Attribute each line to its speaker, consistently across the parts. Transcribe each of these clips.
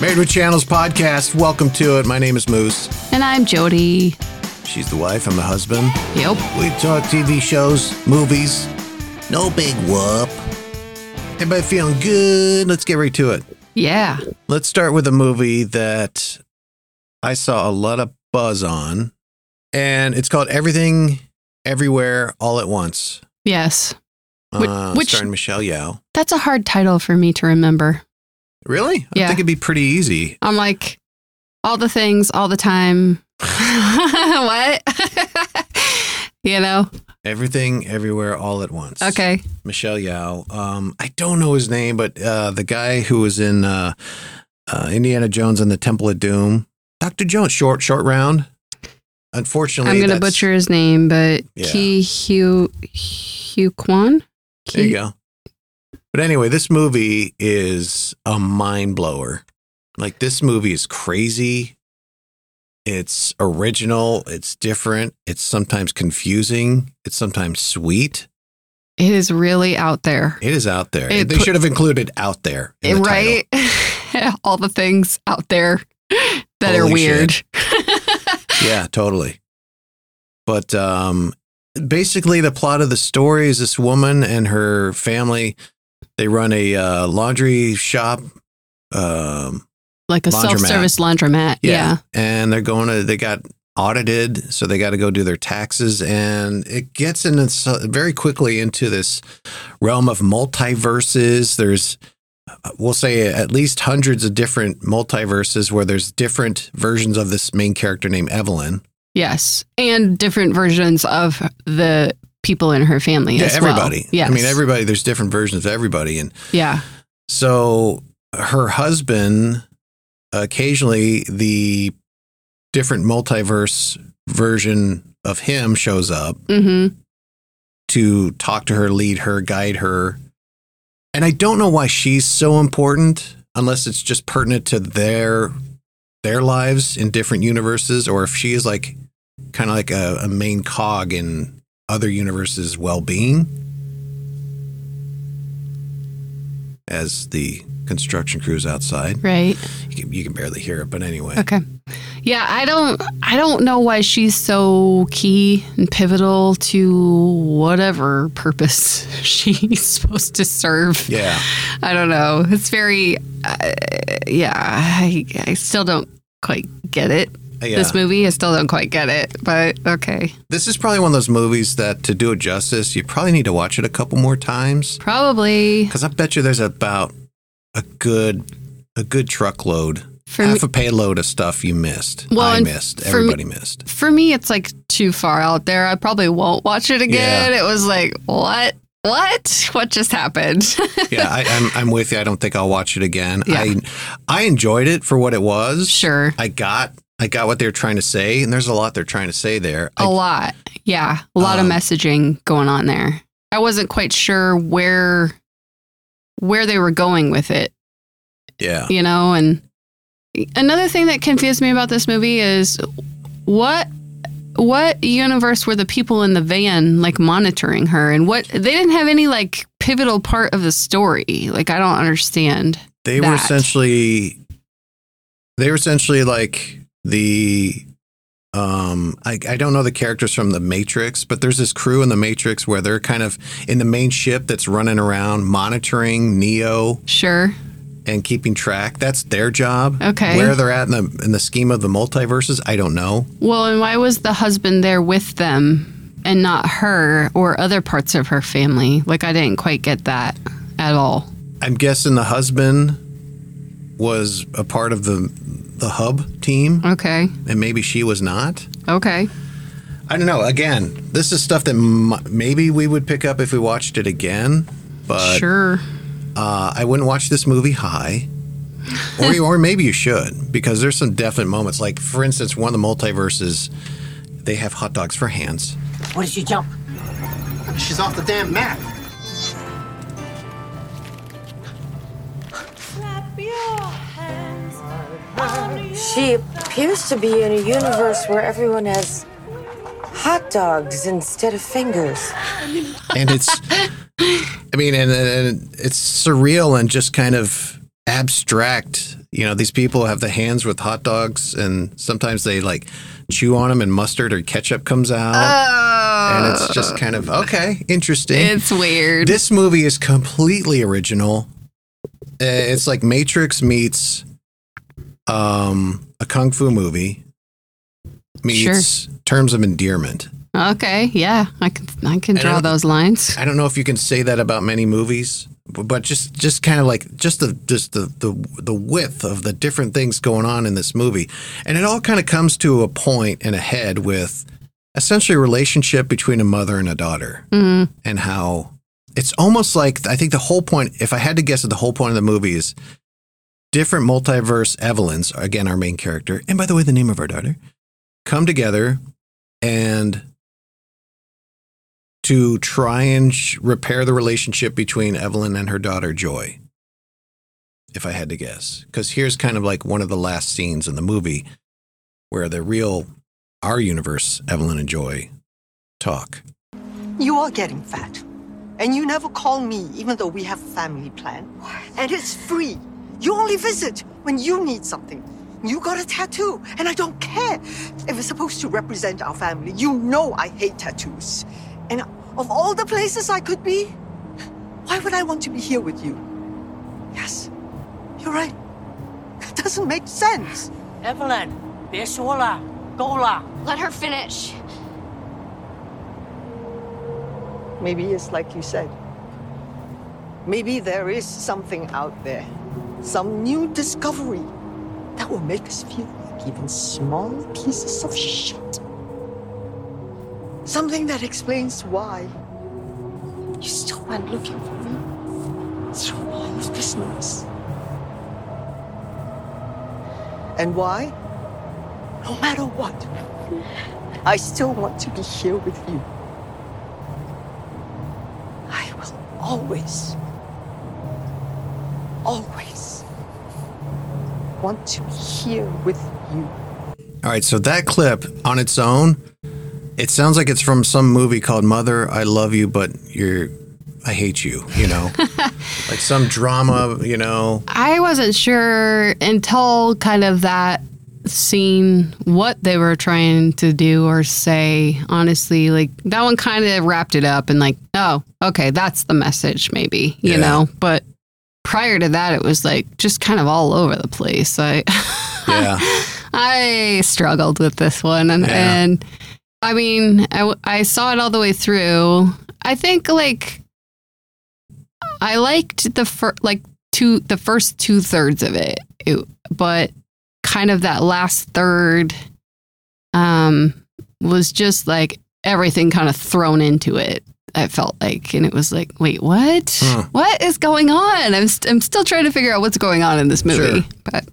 Speaker 1: Married with Channels podcast. Welcome to it. My name is Moose.
Speaker 2: And I'm Jody.
Speaker 1: She's the wife. I'm the husband.
Speaker 2: Yep.
Speaker 1: We talk TV shows, movies. No big whoop. Everybody feeling good? Let's get right to it.
Speaker 2: Yeah.
Speaker 1: Let's start with a movie that I saw a lot of buzz on, and it's called Everything, Everywhere, All at Once.
Speaker 2: Yes. Whi-
Speaker 1: Uh,
Speaker 2: which-
Speaker 1: starring Michelle Yao.
Speaker 2: That's a hard title for me to remember.
Speaker 1: Really? I
Speaker 2: Yeah.
Speaker 1: think it'd be pretty easy.
Speaker 2: I'm like, all the things, all the time. what? you know?
Speaker 1: Everything, Everywhere, All at Once.
Speaker 2: Okay.
Speaker 1: Michelle Yao. Um, I don't know his name, but uh, the guy who was in uh, uh, Indiana Jones and the Temple of Doom, Doctor Jones, short short round. Unfortunately,
Speaker 2: I'm going to
Speaker 1: that's-
Speaker 2: butcher his name, but
Speaker 1: Yeah.
Speaker 2: Ki Hugh, Hugh Kwan?
Speaker 1: There you go. But anyway, this movie is a mind blower. Like this movie is crazy. It's original. It's different. It's sometimes confusing. It's sometimes sweet.
Speaker 2: It is really out there.
Speaker 1: It is out there.
Speaker 2: It
Speaker 1: they
Speaker 2: put-
Speaker 1: should have included out there. in the title.
Speaker 2: right? all the things out there that are
Speaker 1: Holy
Speaker 2: weird.
Speaker 1: yeah, totally. But um, basically, the plot of the story is this woman and her family. They run a uh, laundry shop. Um,
Speaker 2: like a
Speaker 1: Laundromat.
Speaker 2: self service laundromat. Yeah.
Speaker 1: and they're going to. They got audited, so they got to go do their taxes, and it gets in this, uh, very quickly into this realm of multiverses. There's uh, We'll say at least hundreds of different multiverses where there's different versions of this main character named Evelyn.
Speaker 2: Yes. And different versions of the people in her family
Speaker 1: Yeah,
Speaker 2: as well.
Speaker 1: everybody.
Speaker 2: Yes.
Speaker 1: I mean, everybody. There's different versions of everybody, and
Speaker 2: Yeah.
Speaker 1: so her husband, occasionally the different multiverse version of him shows up
Speaker 2: Mm-hmm.
Speaker 1: to talk to her, lead her, guide her, and I don't know why she's so important, unless it's just pertinent to their their lives in different universes, or if she is like kind of like a, a main cog in other universes' well-being. As the construction crews outside,
Speaker 2: Right.
Speaker 1: you can, you can barely hear it, but anyway,
Speaker 2: Okay. Yeah, I don't I don't know why she's so key and pivotal to whatever purpose she's supposed to serve.
Speaker 1: yeah,
Speaker 2: I don't know. It's very uh, yeah, I I still don't quite get it.
Speaker 1: yeah.
Speaker 2: This movie, I still don't quite get it, but okay.
Speaker 1: this is probably one of those movies that, to do it justice, you probably need to watch it a couple more times.
Speaker 2: Probably
Speaker 1: Because I bet you there's about a good a good truckload,
Speaker 2: for me,
Speaker 1: half a payload of stuff you missed.
Speaker 2: Well,
Speaker 1: I
Speaker 2: and
Speaker 1: missed.
Speaker 2: for me-
Speaker 1: Everybody missed.
Speaker 2: for me it's like too far out there i probably won't watch it again it was like what what what just happened
Speaker 1: Yeah, I, I'm I'm with you. I don't think I'll watch it again.
Speaker 2: Yeah.
Speaker 1: I I enjoyed it for what it was.
Speaker 2: sure
Speaker 1: I got I got what they were trying to say, and there's a lot they're trying to say there.
Speaker 2: a
Speaker 1: I,
Speaker 2: lot yeah a lot
Speaker 1: Um,
Speaker 2: of messaging going on there i wasn't quite sure where where they were going with it
Speaker 1: yeah,
Speaker 2: you know and another thing that confused me about this movie is what what universe were the people in the van like monitoring her and what they didn't have any like pivotal part of the story like i don't understand
Speaker 1: they were
Speaker 2: that.
Speaker 1: essentially they were essentially like the um I, I don't know the characters from the matrix but there's this crew in the matrix where they're kind of in the main ship that's running around monitoring neo
Speaker 2: sure
Speaker 1: and keeping track that's their job
Speaker 2: Okay.
Speaker 1: where they're at in the in the scheme of the multiverses i don't know
Speaker 2: Well, and why was the husband there with them and not her or other parts of her family? Like, I didn't quite get that at all.
Speaker 1: i'm guessing the husband was a part of the the hub team
Speaker 2: Okay.
Speaker 1: and maybe she was not
Speaker 2: Okay.
Speaker 1: I don't know. Again, this is stuff that m- maybe we would pick up if we watched it again, but
Speaker 2: sure.
Speaker 1: uh, I wouldn't watch this movie high. or, you- or maybe you should, because there's some definite moments. Like, for instance, one of the multiverses, they have hot dogs for hands.
Speaker 3: What did she jump? She's off the damn map.
Speaker 4: Clap your hands.
Speaker 5: She appears to be in a universe where everyone has hot dogs instead of fingers.
Speaker 1: And it's, I mean, and, and it's surreal and just kind of abstract. You know, these people have the hands with hot dogs, and sometimes they like chew on them, and mustard or ketchup comes out, and it's just kind of okay, interesting.
Speaker 2: It's weird.
Speaker 1: This movie is completely original. Uh, It's like Matrix meets um, a kung fu movie meets Terms of Endearment.
Speaker 2: okay, yeah, I can I can
Speaker 1: I
Speaker 2: draw
Speaker 1: don't-
Speaker 2: those lines.
Speaker 1: I don't know if you can say that about many movies, but just just kind of like just the just the the the width of the different things going on in this movie, and it all kind of comes to a point and a head with essentially a relationship between a mother and a daughter,
Speaker 2: Mm,
Speaker 1: and how it's almost like I think the whole point. If I had to guess, at the whole point of the movie is different multiverse Evelyns, again our main character, and by the way, the name of our daughter, come together and to try and sh- repair the relationship between Evelyn and her daughter Joy. If I had to guess, because here's kind of like one of the last scenes in the movie where the real our universe Evelyn and Joy talk.
Speaker 6: You are getting fat. And you never call me, even though we have a family plan. And it's free. You only visit when you need something. You got a tattoo, and I don't care. It was supposed to represent our family. You know I hate tattoos. And of all the places I could be, why would I want to be here with you? Yes, you're right. That doesn't make sense.
Speaker 7: Evelyn, 别说了，够了。
Speaker 4: Let her finish.
Speaker 6: Maybe it's like you said. Maybe there is something out there, some new discovery that will make us feel like even small pieces of shit. Something that explains why you still went looking for me through all of this noise. And why, no matter what, I still want to be here with you. I will always, always want to be here with you.
Speaker 1: All right, so that clip on its own, it sounds like it's from some movie called Mother, I Love You, but you're, I hate you, you know? like some drama, you know?
Speaker 2: I wasn't sure until kind of that scene what they were trying to do or say. Honestly, like that one kind of wrapped it up and like, oh, okay, that's the message, maybe you
Speaker 1: Yeah.
Speaker 2: know. But prior to that, it was like just kind of all over the place. I
Speaker 1: Yeah.
Speaker 2: I struggled with this one, and,
Speaker 1: Yeah.
Speaker 2: and I mean, I, w- I saw it all the way through. I think like I liked the fir- like two the first two thirds of it, it, but kind of that last third um was just like everything kind of thrown into it. I felt like, and it was like, wait, what?
Speaker 1: Hmm.
Speaker 2: What is going on? I'm st- I'm still trying to figure out what's going on in this movie,
Speaker 1: Sure.
Speaker 2: but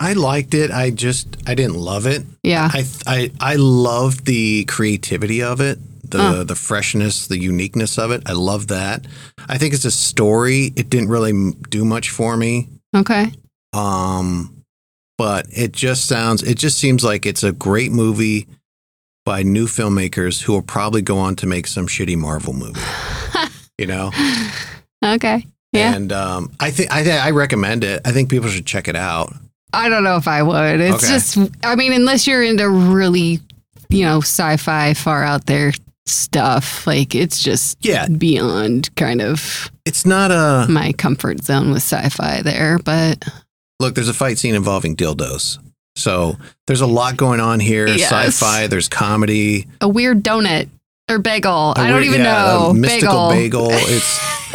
Speaker 1: I liked it. I just, I didn't love it.
Speaker 2: yeah.
Speaker 1: I, I, I loved the creativity of it, the,
Speaker 2: Huh.
Speaker 1: the freshness, the uniqueness of it. I love that. I think it's a story. It didn't really m- do much for me.
Speaker 2: okay.
Speaker 1: Um, but it just sounds, it just seems like it's a great movie by new filmmakers who will probably go on to make some shitty Marvel movie. you know,
Speaker 2: Okay. Yeah.
Speaker 1: and um, I think I, thi- I recommend it. I think people should check it out.
Speaker 2: I don't know if I would. It's
Speaker 1: Okay.
Speaker 2: just, I mean, unless you're into really, you know, sci fi, far out there stuff, like it's just
Speaker 1: Yeah,
Speaker 2: beyond kind of
Speaker 1: it's not a
Speaker 2: my comfort zone with sci fi there. But
Speaker 1: look. There's a fight scene involving dildos, so there's a lot going on here.
Speaker 2: Yes.
Speaker 1: Sci-fi. There's comedy.
Speaker 2: a weird donut or bagel.
Speaker 1: A
Speaker 2: I I don't
Speaker 1: weird-
Speaker 2: even
Speaker 1: yeah, a
Speaker 2: know.
Speaker 1: mystical bagel. It's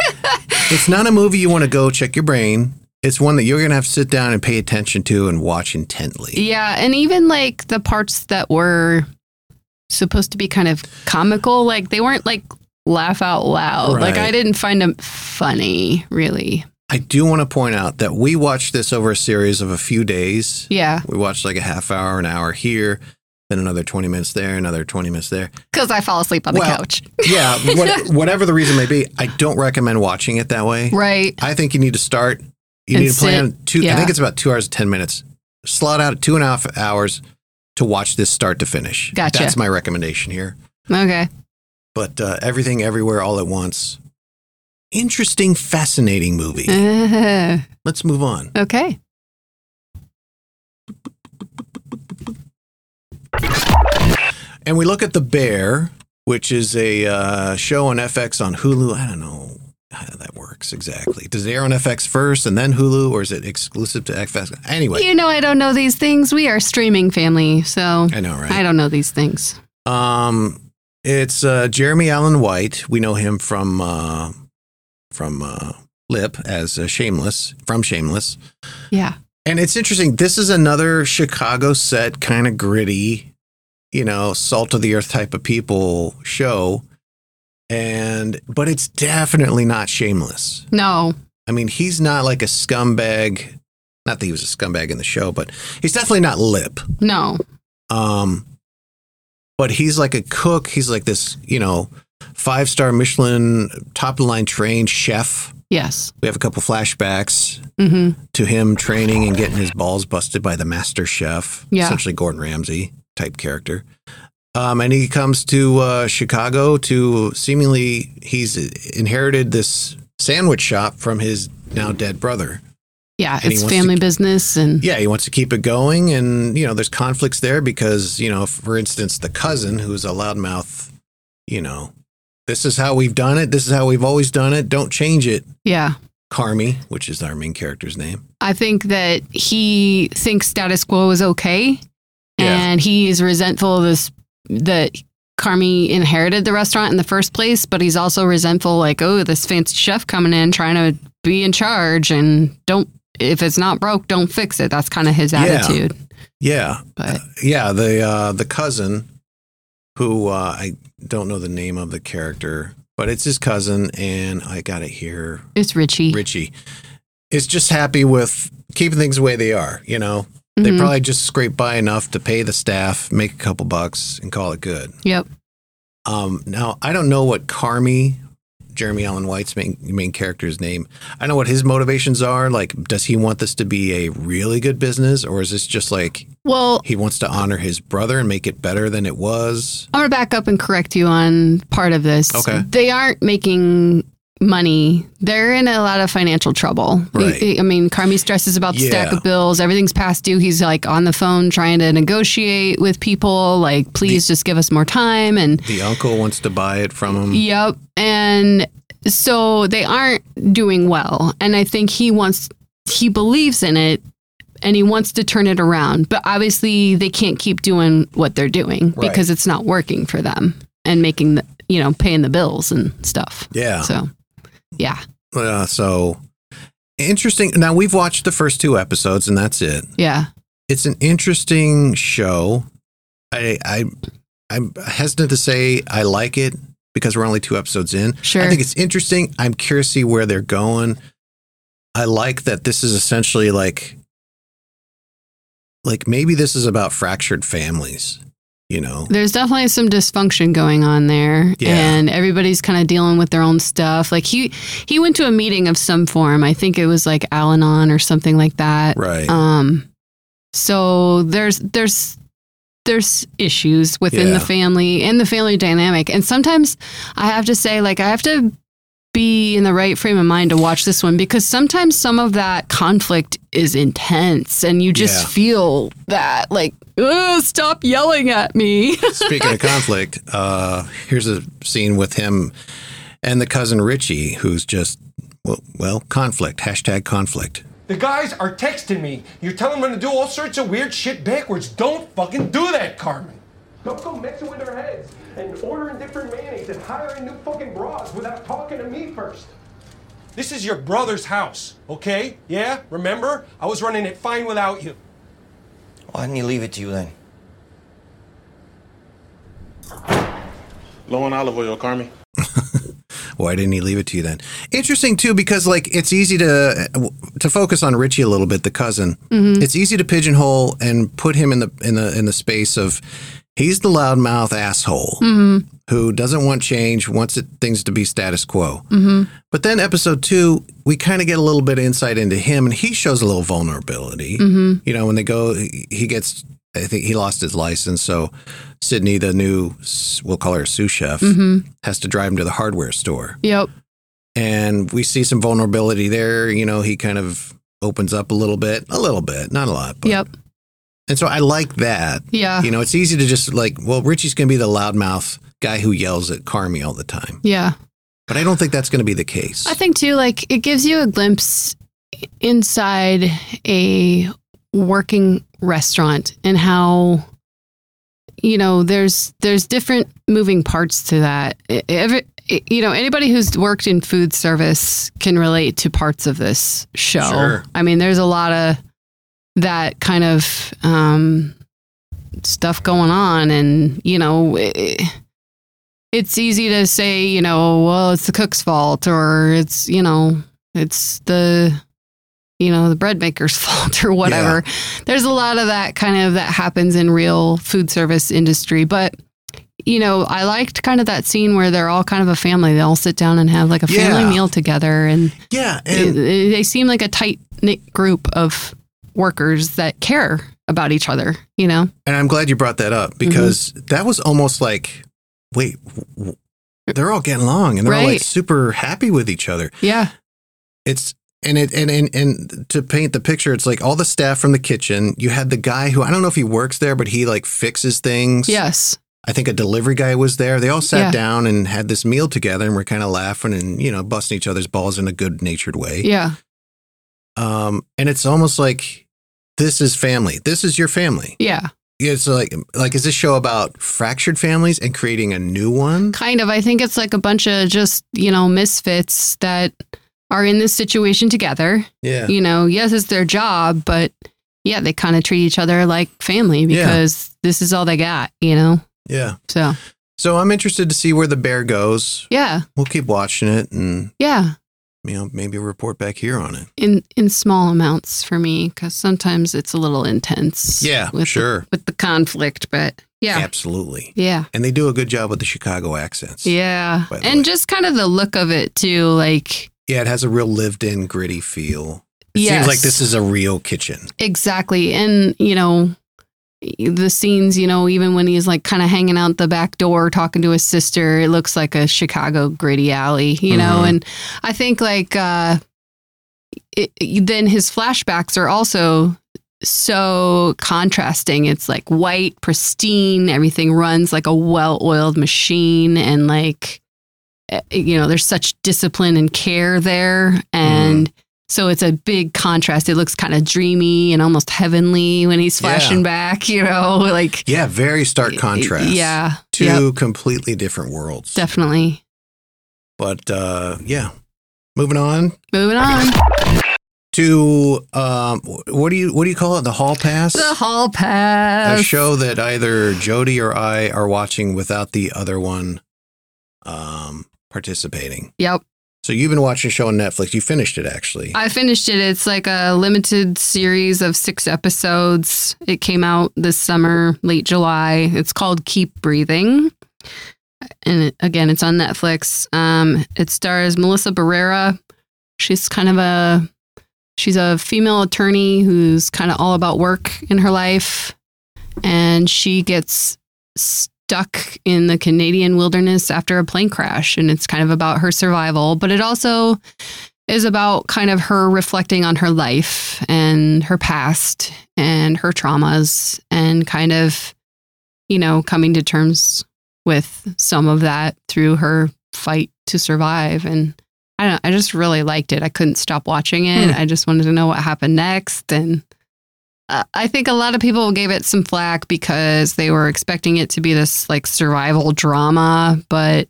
Speaker 1: it's not a movie you want to go check your brain. It's one that you're gonna have to sit down and pay attention to and watch intently.
Speaker 2: Yeah, and even like the parts that were supposed to be kind of comical, like they weren't like laugh out loud. Like
Speaker 1: Right.
Speaker 2: I didn't find them funny, really.
Speaker 1: I do want to point out that we watched this over a series of a few days.
Speaker 2: Yeah,
Speaker 1: We watched like a half hour, an hour here, then another 20 minutes there, another 20 minutes there.
Speaker 2: because I fall asleep on the
Speaker 1: Well-
Speaker 2: couch.
Speaker 1: Yeah, what, whatever the reason may be, I don't recommend watching it that way.
Speaker 2: Right.
Speaker 1: I think you need to start, you
Speaker 2: And
Speaker 1: need to plan two, I
Speaker 2: yeah.
Speaker 1: think it's about two hours, 10 minutes. Slot out two and a half hours to watch this start to finish.
Speaker 2: Gotcha.
Speaker 1: That's my recommendation here.
Speaker 2: Okay.
Speaker 1: But uh, everything, everywhere, all at once. interesting, fascinating movie.
Speaker 2: Uh,
Speaker 1: Let's move on.
Speaker 2: okay.
Speaker 1: And we look at The Bear, which is a uh, show on FX on Hulu. I don't know how that works exactly. Does it air on FX first and then Hulu, or is it exclusive to FX? Anyway,
Speaker 2: You know, I don't know these things. We are streaming family, so
Speaker 1: I know, right?
Speaker 2: I don't know these things.
Speaker 1: Um, it's uh, Jeremy Allen White. We know him from uh, from uh, Lip as uh, Shameless from Shameless,
Speaker 2: Yeah.
Speaker 1: and it's interesting. This is another Chicago set, kind of gritty, you know, salt of the earth type of people show, and but it's definitely not Shameless.
Speaker 2: No.
Speaker 1: I mean, he's not like a scumbag. Not that he was a scumbag in the show, but he's definitely not lip.
Speaker 2: No.
Speaker 1: Um, but he's like a cook. He's like this, you know, five star Michelin top of the line trained chef.
Speaker 2: Yes.
Speaker 1: We have a couple flashbacks
Speaker 2: hmm
Speaker 1: to him training and getting his balls busted by the master chef,
Speaker 2: Yeah.
Speaker 1: essentially Gordon Ramsay type character. Um, and he comes to uh, Chicago to seemingly he's inherited this sandwich shop from his now dead brother.
Speaker 2: Yeah.
Speaker 1: And he
Speaker 2: it's
Speaker 1: wants to
Speaker 2: family
Speaker 1: keep-
Speaker 2: business, and
Speaker 1: Yeah, he wants to keep it going, and you know, there's conflicts there because you know, for instance, the cousin who's a loudmouth, you know, this is how we've done it. This is how we've always done it. Don't change it,
Speaker 2: yeah.
Speaker 1: Carmi, which is our main character's name.
Speaker 2: I think that he thinks status quo is okay,
Speaker 1: Yeah.
Speaker 2: and he is resentful of this that Carmi inherited the restaurant in the first place. But he's also resentful, like, oh, this fancy chef coming in trying to be in charge, and don't if it's not broke, don't fix it. That's kind of his
Speaker 1: Yeah.
Speaker 2: attitude.
Speaker 1: Yeah,
Speaker 2: But
Speaker 1: yeah. The uh, the cousin, who uh, I don't know the name of the character, but it's his cousin, and I got it here.
Speaker 2: it's Richie.
Speaker 1: Richie is just happy with keeping things the way they are. You know,
Speaker 2: Mhm.
Speaker 1: They probably just scrape by enough to pay the staff, make a couple bucks, and call it good.
Speaker 2: Yep.
Speaker 1: Um, now, I don't know what Carmi, Jeremy Allen White's main, main character's name, I know what his motivations are. Like, does he want this to be a really good business, or is this just like
Speaker 2: Well,
Speaker 1: he wants to honor his brother and make it better than it was?
Speaker 2: I'm gonna back up and correct you on part of this.
Speaker 1: Okay.
Speaker 2: They aren't making money. They're in a lot of financial trouble.
Speaker 1: Right.
Speaker 2: I, I mean, Carmi stresses about the stack
Speaker 1: Yeah.
Speaker 2: of bills. Everything's past due. He's like on the phone trying to negotiate with people, like, please just give us more time and
Speaker 1: The uncle wants to buy it from him.
Speaker 2: Yep. And so they aren't doing well. And I think he wants, he believes in it and he wants to turn it around. But obviously, they can't keep doing what they're doing
Speaker 1: Right.
Speaker 2: because it's not working for them and making the, you know, paying the bills and stuff.
Speaker 1: Yeah.
Speaker 2: So, yeah.
Speaker 1: Uh, so interesting. Now, we've watched the first two episodes, and that's it.
Speaker 2: Yeah.
Speaker 1: it's an interesting show. I, I I'm hesitant to say I like it because we're only two episodes in.
Speaker 2: Sure.
Speaker 1: I think it's interesting. I'm curious to see where they're going. I like that this is essentially like like maybe this is about fractured families, you know.
Speaker 2: There's definitely some dysfunction going on there,
Speaker 1: Yeah.
Speaker 2: and everybody's kind of dealing with their own stuff. Like he he went to a meeting of some form. I think it was like Al-Anon or something like that.
Speaker 1: Right.
Speaker 2: Um, so there's there's there's issues within
Speaker 1: Yeah.
Speaker 2: the family and the family dynamic, and sometimes I have to say, like I have to be in the right frame of mind to watch this one because sometimes some of that conflict is intense, and you just
Speaker 1: Yeah.
Speaker 2: feel that like. "Ugh, stop yelling at me.
Speaker 1: Speaking of conflict, uh here's a scene with him and the cousin Richie who's just well, well conflict, hashtag conflict.
Speaker 8: The guys are texting me. You're telling them to do all sorts of weird shit backwards. Don't fucking do that, Carmen. Don't go messing with their heads and ordering different mayonnaise and hiring new fucking bras without talking to me first. This is your brother's house, okay? Yeah, remember? I was running it fine without you.
Speaker 9: Why didn't you leave it to you then?
Speaker 10: Low on olive oil, Carmi.
Speaker 1: Why didn't he leave it to you then? Interesting too, because like it's easy to to focus on Richie a little bit, the cousin. It's easy to pigeonhole and put him in the in the in the space of he's the loudmouth asshole who doesn't want change, wants it, things to be status quo. But then episode two, we kind of get a little bit of insight into him, and he shows a little vulnerability. You know, when they go, he he gets. I think he lost his license, so Sydney, the new, s- we'll call her sous chef, has to drive him to the hardware store
Speaker 2: Yep.
Speaker 1: and we see some vulnerability there. You know, he kind of opens up a little bit, a little bit, not a lot. But,
Speaker 2: Yep. Uh.
Speaker 1: And so I like that.
Speaker 2: Yeah.
Speaker 1: You know, it's easy to just like, well, Richie's going to be the loudmouth guy who yells at Carmi all the time,
Speaker 2: Yeah.
Speaker 1: but I don't think that's going to be the case.
Speaker 2: I think too, like it gives you a glimpse inside a working restaurant and how you know there's there's different moving parts to that. E- Every you know anybody who's worked in food service can relate to parts of this show.
Speaker 1: Sure.
Speaker 2: I mean, there's a lot of that kind of um, stuff going on, and you know. e, i- it's easy to say, you know, well, it's the cook's fault or it's, you know, it's the you know, the bread maker's fault or whatever. There's a lot of that kind of that happens in real food service industry, but you know, I liked kind of that scene where they're all kind of a family. They all sit down and have like a family
Speaker 1: Yeah.
Speaker 2: meal together and,
Speaker 1: yeah. And
Speaker 2: they- they seem like a tight-knit group of workers that care about each other, you know.
Speaker 1: And I'm glad you brought that up because
Speaker 2: Mm-hmm.
Speaker 1: that was almost like, wait, w- w- they're all getting along and they're all like
Speaker 2: Right.
Speaker 1: super happy with each other.
Speaker 2: Yeah.
Speaker 1: It's and it and, and and to paint the picture, it's like all the staff from the kitchen. You had the guy who I don't know if he works there, but he like fixes things.
Speaker 2: Yes.
Speaker 1: I think a delivery guy was there. They all sat
Speaker 2: Yeah.
Speaker 1: down and had this meal together, and we're kind of laughing and you know busting each other's balls in a good natured way.
Speaker 2: Yeah.
Speaker 1: Um, and it's almost like this is family. This is your family.
Speaker 2: Yeah.
Speaker 1: Yeah, so like like is this show about fractured families and creating a new one?
Speaker 2: Kind of. I think it's like a bunch of just, you know, misfits that are in this situation together.
Speaker 1: Yeah.
Speaker 2: You know, yes, it's their job, but yeah, they kind of treat each other like family
Speaker 1: Yeah.
Speaker 2: because this is all they got, you know?
Speaker 1: Yeah.
Speaker 2: So,
Speaker 1: So I'm interested to see where the bear goes.
Speaker 2: yeah.
Speaker 1: We'll keep watching it and
Speaker 2: Yeah.
Speaker 1: you know maybe report back here on it.
Speaker 2: In in small amounts for me because sometimes it's a little intense.
Speaker 1: Yeah,
Speaker 2: with
Speaker 1: sure.
Speaker 2: The, with the conflict, but yeah.
Speaker 1: Absolutely.
Speaker 2: Yeah.
Speaker 1: And they do a good job with the Chicago accents.
Speaker 2: Yeah.
Speaker 1: By the
Speaker 2: And
Speaker 1: way.
Speaker 2: just kind of the look of it too. Like,
Speaker 1: Yeah, it has a real lived-in gritty feel. It
Speaker 2: Yes.
Speaker 1: seems like this is a real kitchen.
Speaker 2: Exactly. And, you know, the scenes, you know, even when he's like kind of hanging out the back door talking to his sister, it looks like a Chicago gritty alley, you know?
Speaker 1: Mhm.
Speaker 2: And I think like, uh, it, then his flashbacks are also so contrasting. It's like white, pristine, everything runs like a well oiled machine. And like, eh, you know, there's such discipline and care there. And so it's a big contrast. It looks kind of dreamy and almost heavenly when he's flashing
Speaker 1: Yeah.
Speaker 2: back, you know, like
Speaker 1: Yeah, very stark contrast.
Speaker 2: Yeah.
Speaker 1: Two
Speaker 2: Yep,
Speaker 1: completely different worlds.
Speaker 2: definitely.
Speaker 1: But uh yeah. Moving on
Speaker 2: Moving on.
Speaker 1: to um what do you what do you call it? The hall pass?
Speaker 2: The hall
Speaker 1: a
Speaker 2: pass.
Speaker 1: show that either Jody or I are watching without the other one um, participating.
Speaker 2: Yep.
Speaker 1: So you've been watching a show on Netflix. You finished it actually.
Speaker 2: I finished it. It's like a limited series of six episodes. It came out this summer, late July. It's called Keep Breathing. And it- again, it's on Netflix. Um, it stars Melissa Barrera. She's kind of a she's a female attorney who's kind of all about work in her life, and she gets stuck in the Canadian wilderness after a plane crash, and it's kind of about her survival. But it also is about kind of her reflecting on her life and her past and her traumas and kind of, you know, coming to terms with some of that through her fight to survive. And I don't, I just really liked it. I couldn't stop watching it.
Speaker 1: Hmm.
Speaker 2: I just wanted to know what happened next. And uh, I think a lot of people gave it some flack because they were expecting it to be this like survival drama, but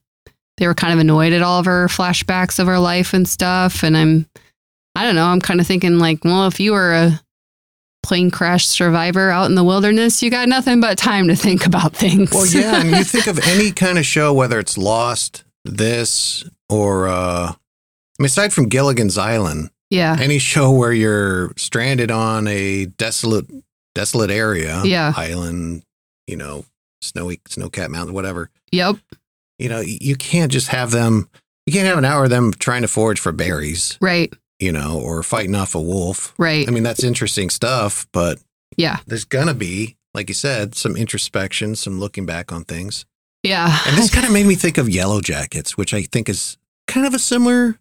Speaker 2: they were kind of annoyed at all of her flashbacks of her life and stuff. And I'm, I don't know, I'm kind of thinking like, well, if you were a plane crash survivor out in the wilderness, you got nothing but time to think about things.
Speaker 1: well, yeah. I mean, you think of any kind of show, whether it's Lost, this, or uh, I mean, aside from Gilligan's Island,
Speaker 2: yeah.
Speaker 1: any show where you're stranded on a desolate, desolate area,
Speaker 2: Yeah.
Speaker 1: island, you know, snowy, snow-capped mountain, whatever.
Speaker 2: Yep.
Speaker 1: You know, you can't just have them. You can't have an hour of them trying to forage for berries.
Speaker 2: Right.
Speaker 1: you know, or fighting off a wolf.
Speaker 2: Right.
Speaker 1: I mean, that's interesting stuff, but
Speaker 2: Yeah.
Speaker 1: there's gonna be, like you said, some introspection, some looking back on things.
Speaker 2: Yeah.
Speaker 1: And this kind of made me think of Yellow Jackets, which I think is kind of a similar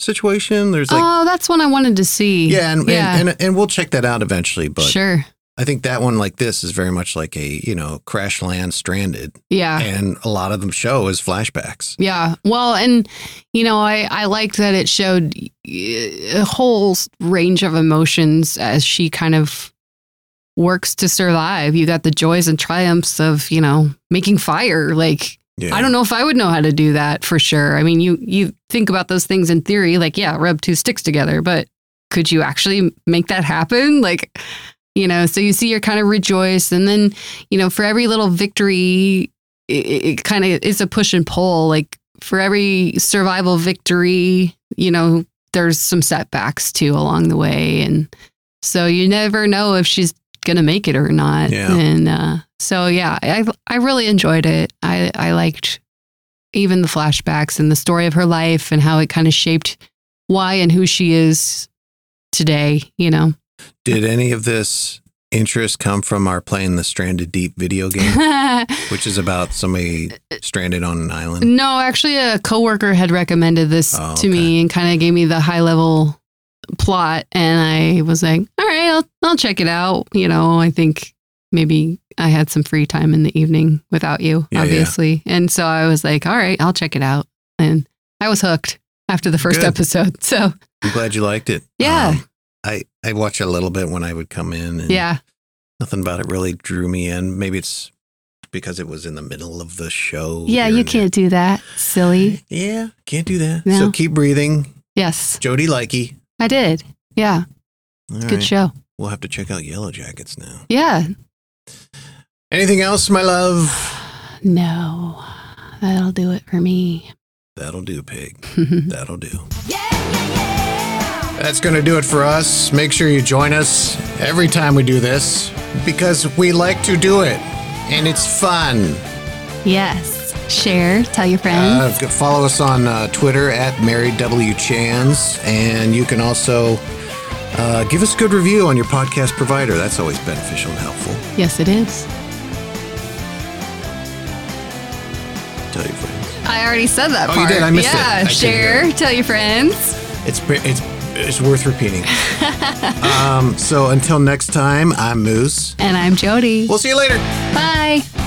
Speaker 1: situation. There's like,
Speaker 2: oh, that's one I wanted to see.
Speaker 1: yeah, and, And, and and we'll check that out eventually. But
Speaker 2: sure.
Speaker 1: I think that one, like this, is very much like a you know crash land stranded,
Speaker 2: Yeah.
Speaker 1: and a lot of them show as flashbacks.
Speaker 2: Yeah. Well, and you know, I I liked that it showed a whole range of emotions as she kind of works to survive. You got the joys and triumphs of, you know, making fire. Like
Speaker 1: Yeah,
Speaker 2: I don't know if I would know how to do that for sure. I mean, you you think about those things in theory like, yeah, rub two sticks together, but could you actually make that happen? Like you know, so you see you're kind of rejoice and then, you know, for every little victory it, it kind of is a push and pull. Like for every survival victory, you know, there's some setbacks too along the way, and so you never know if she's gonna make it or not.
Speaker 1: Yeah.
Speaker 2: And uh, so yeah, I I really enjoyed it. I I liked even the flashbacks and the story of her life and how it kind of shaped why and who she is today. You know.
Speaker 1: Did any of this interest come from our playing the Stranded Deep video game, which is about somebody stranded on an island?
Speaker 2: No, actually, a coworker had recommended this
Speaker 1: Mm. Oh,
Speaker 2: to me and kind of gave me the high level plot, and I was like, "All right, I'll I'll check it out." You know, I think maybe I had some free time in the evening without you,
Speaker 1: Yeah, yeah.
Speaker 2: obviously, and so I was like, "All right, I'll check it out," and I was hooked after the first
Speaker 1: Good.
Speaker 2: episode. So
Speaker 1: I'm glad you liked it.
Speaker 2: Yeah.
Speaker 1: Um, I I watch a little bit when I would come in. And
Speaker 2: yeah,
Speaker 1: nothing about it really drew me in. Maybe it's because it was in the middle of the show.
Speaker 2: yeah,
Speaker 1: here
Speaker 2: you
Speaker 1: and there.
Speaker 2: can't do that, silly.
Speaker 1: Yeah, can't do that.
Speaker 2: No.
Speaker 1: So keep breathing,
Speaker 2: Yes,
Speaker 1: Jody Likey.
Speaker 2: I did. Yeah,
Speaker 1: All
Speaker 2: good
Speaker 1: right.
Speaker 2: show.
Speaker 1: We'll have to check out Yellow Jackets now.
Speaker 2: Yeah,
Speaker 1: Anything else, my love?
Speaker 2: no, that'll do it for me.
Speaker 1: That'll do, pig. That'll do. That's going to do it for us. Make sure you join us every time we do this because we like to do it and it's fun.
Speaker 2: Yes. Share, tell your friends.
Speaker 1: Uh, g- follow us on uh, Twitter at Mary W. Chans, and you can also uh, give us a good review on your podcast provider. That's always beneficial and helpful.
Speaker 2: yes, it is.
Speaker 1: Tell your friends.
Speaker 2: I already said that
Speaker 1: Oh, you
Speaker 2: part.
Speaker 1: did? I missed it. I
Speaker 2: yeah,
Speaker 1: couldn't hear
Speaker 2: share, tell your friends.
Speaker 1: It's pre- it's it's worth repeating. um, so until next time, I'm Moose.
Speaker 2: And I'm Jody.
Speaker 1: We'll see you later.
Speaker 2: Bye.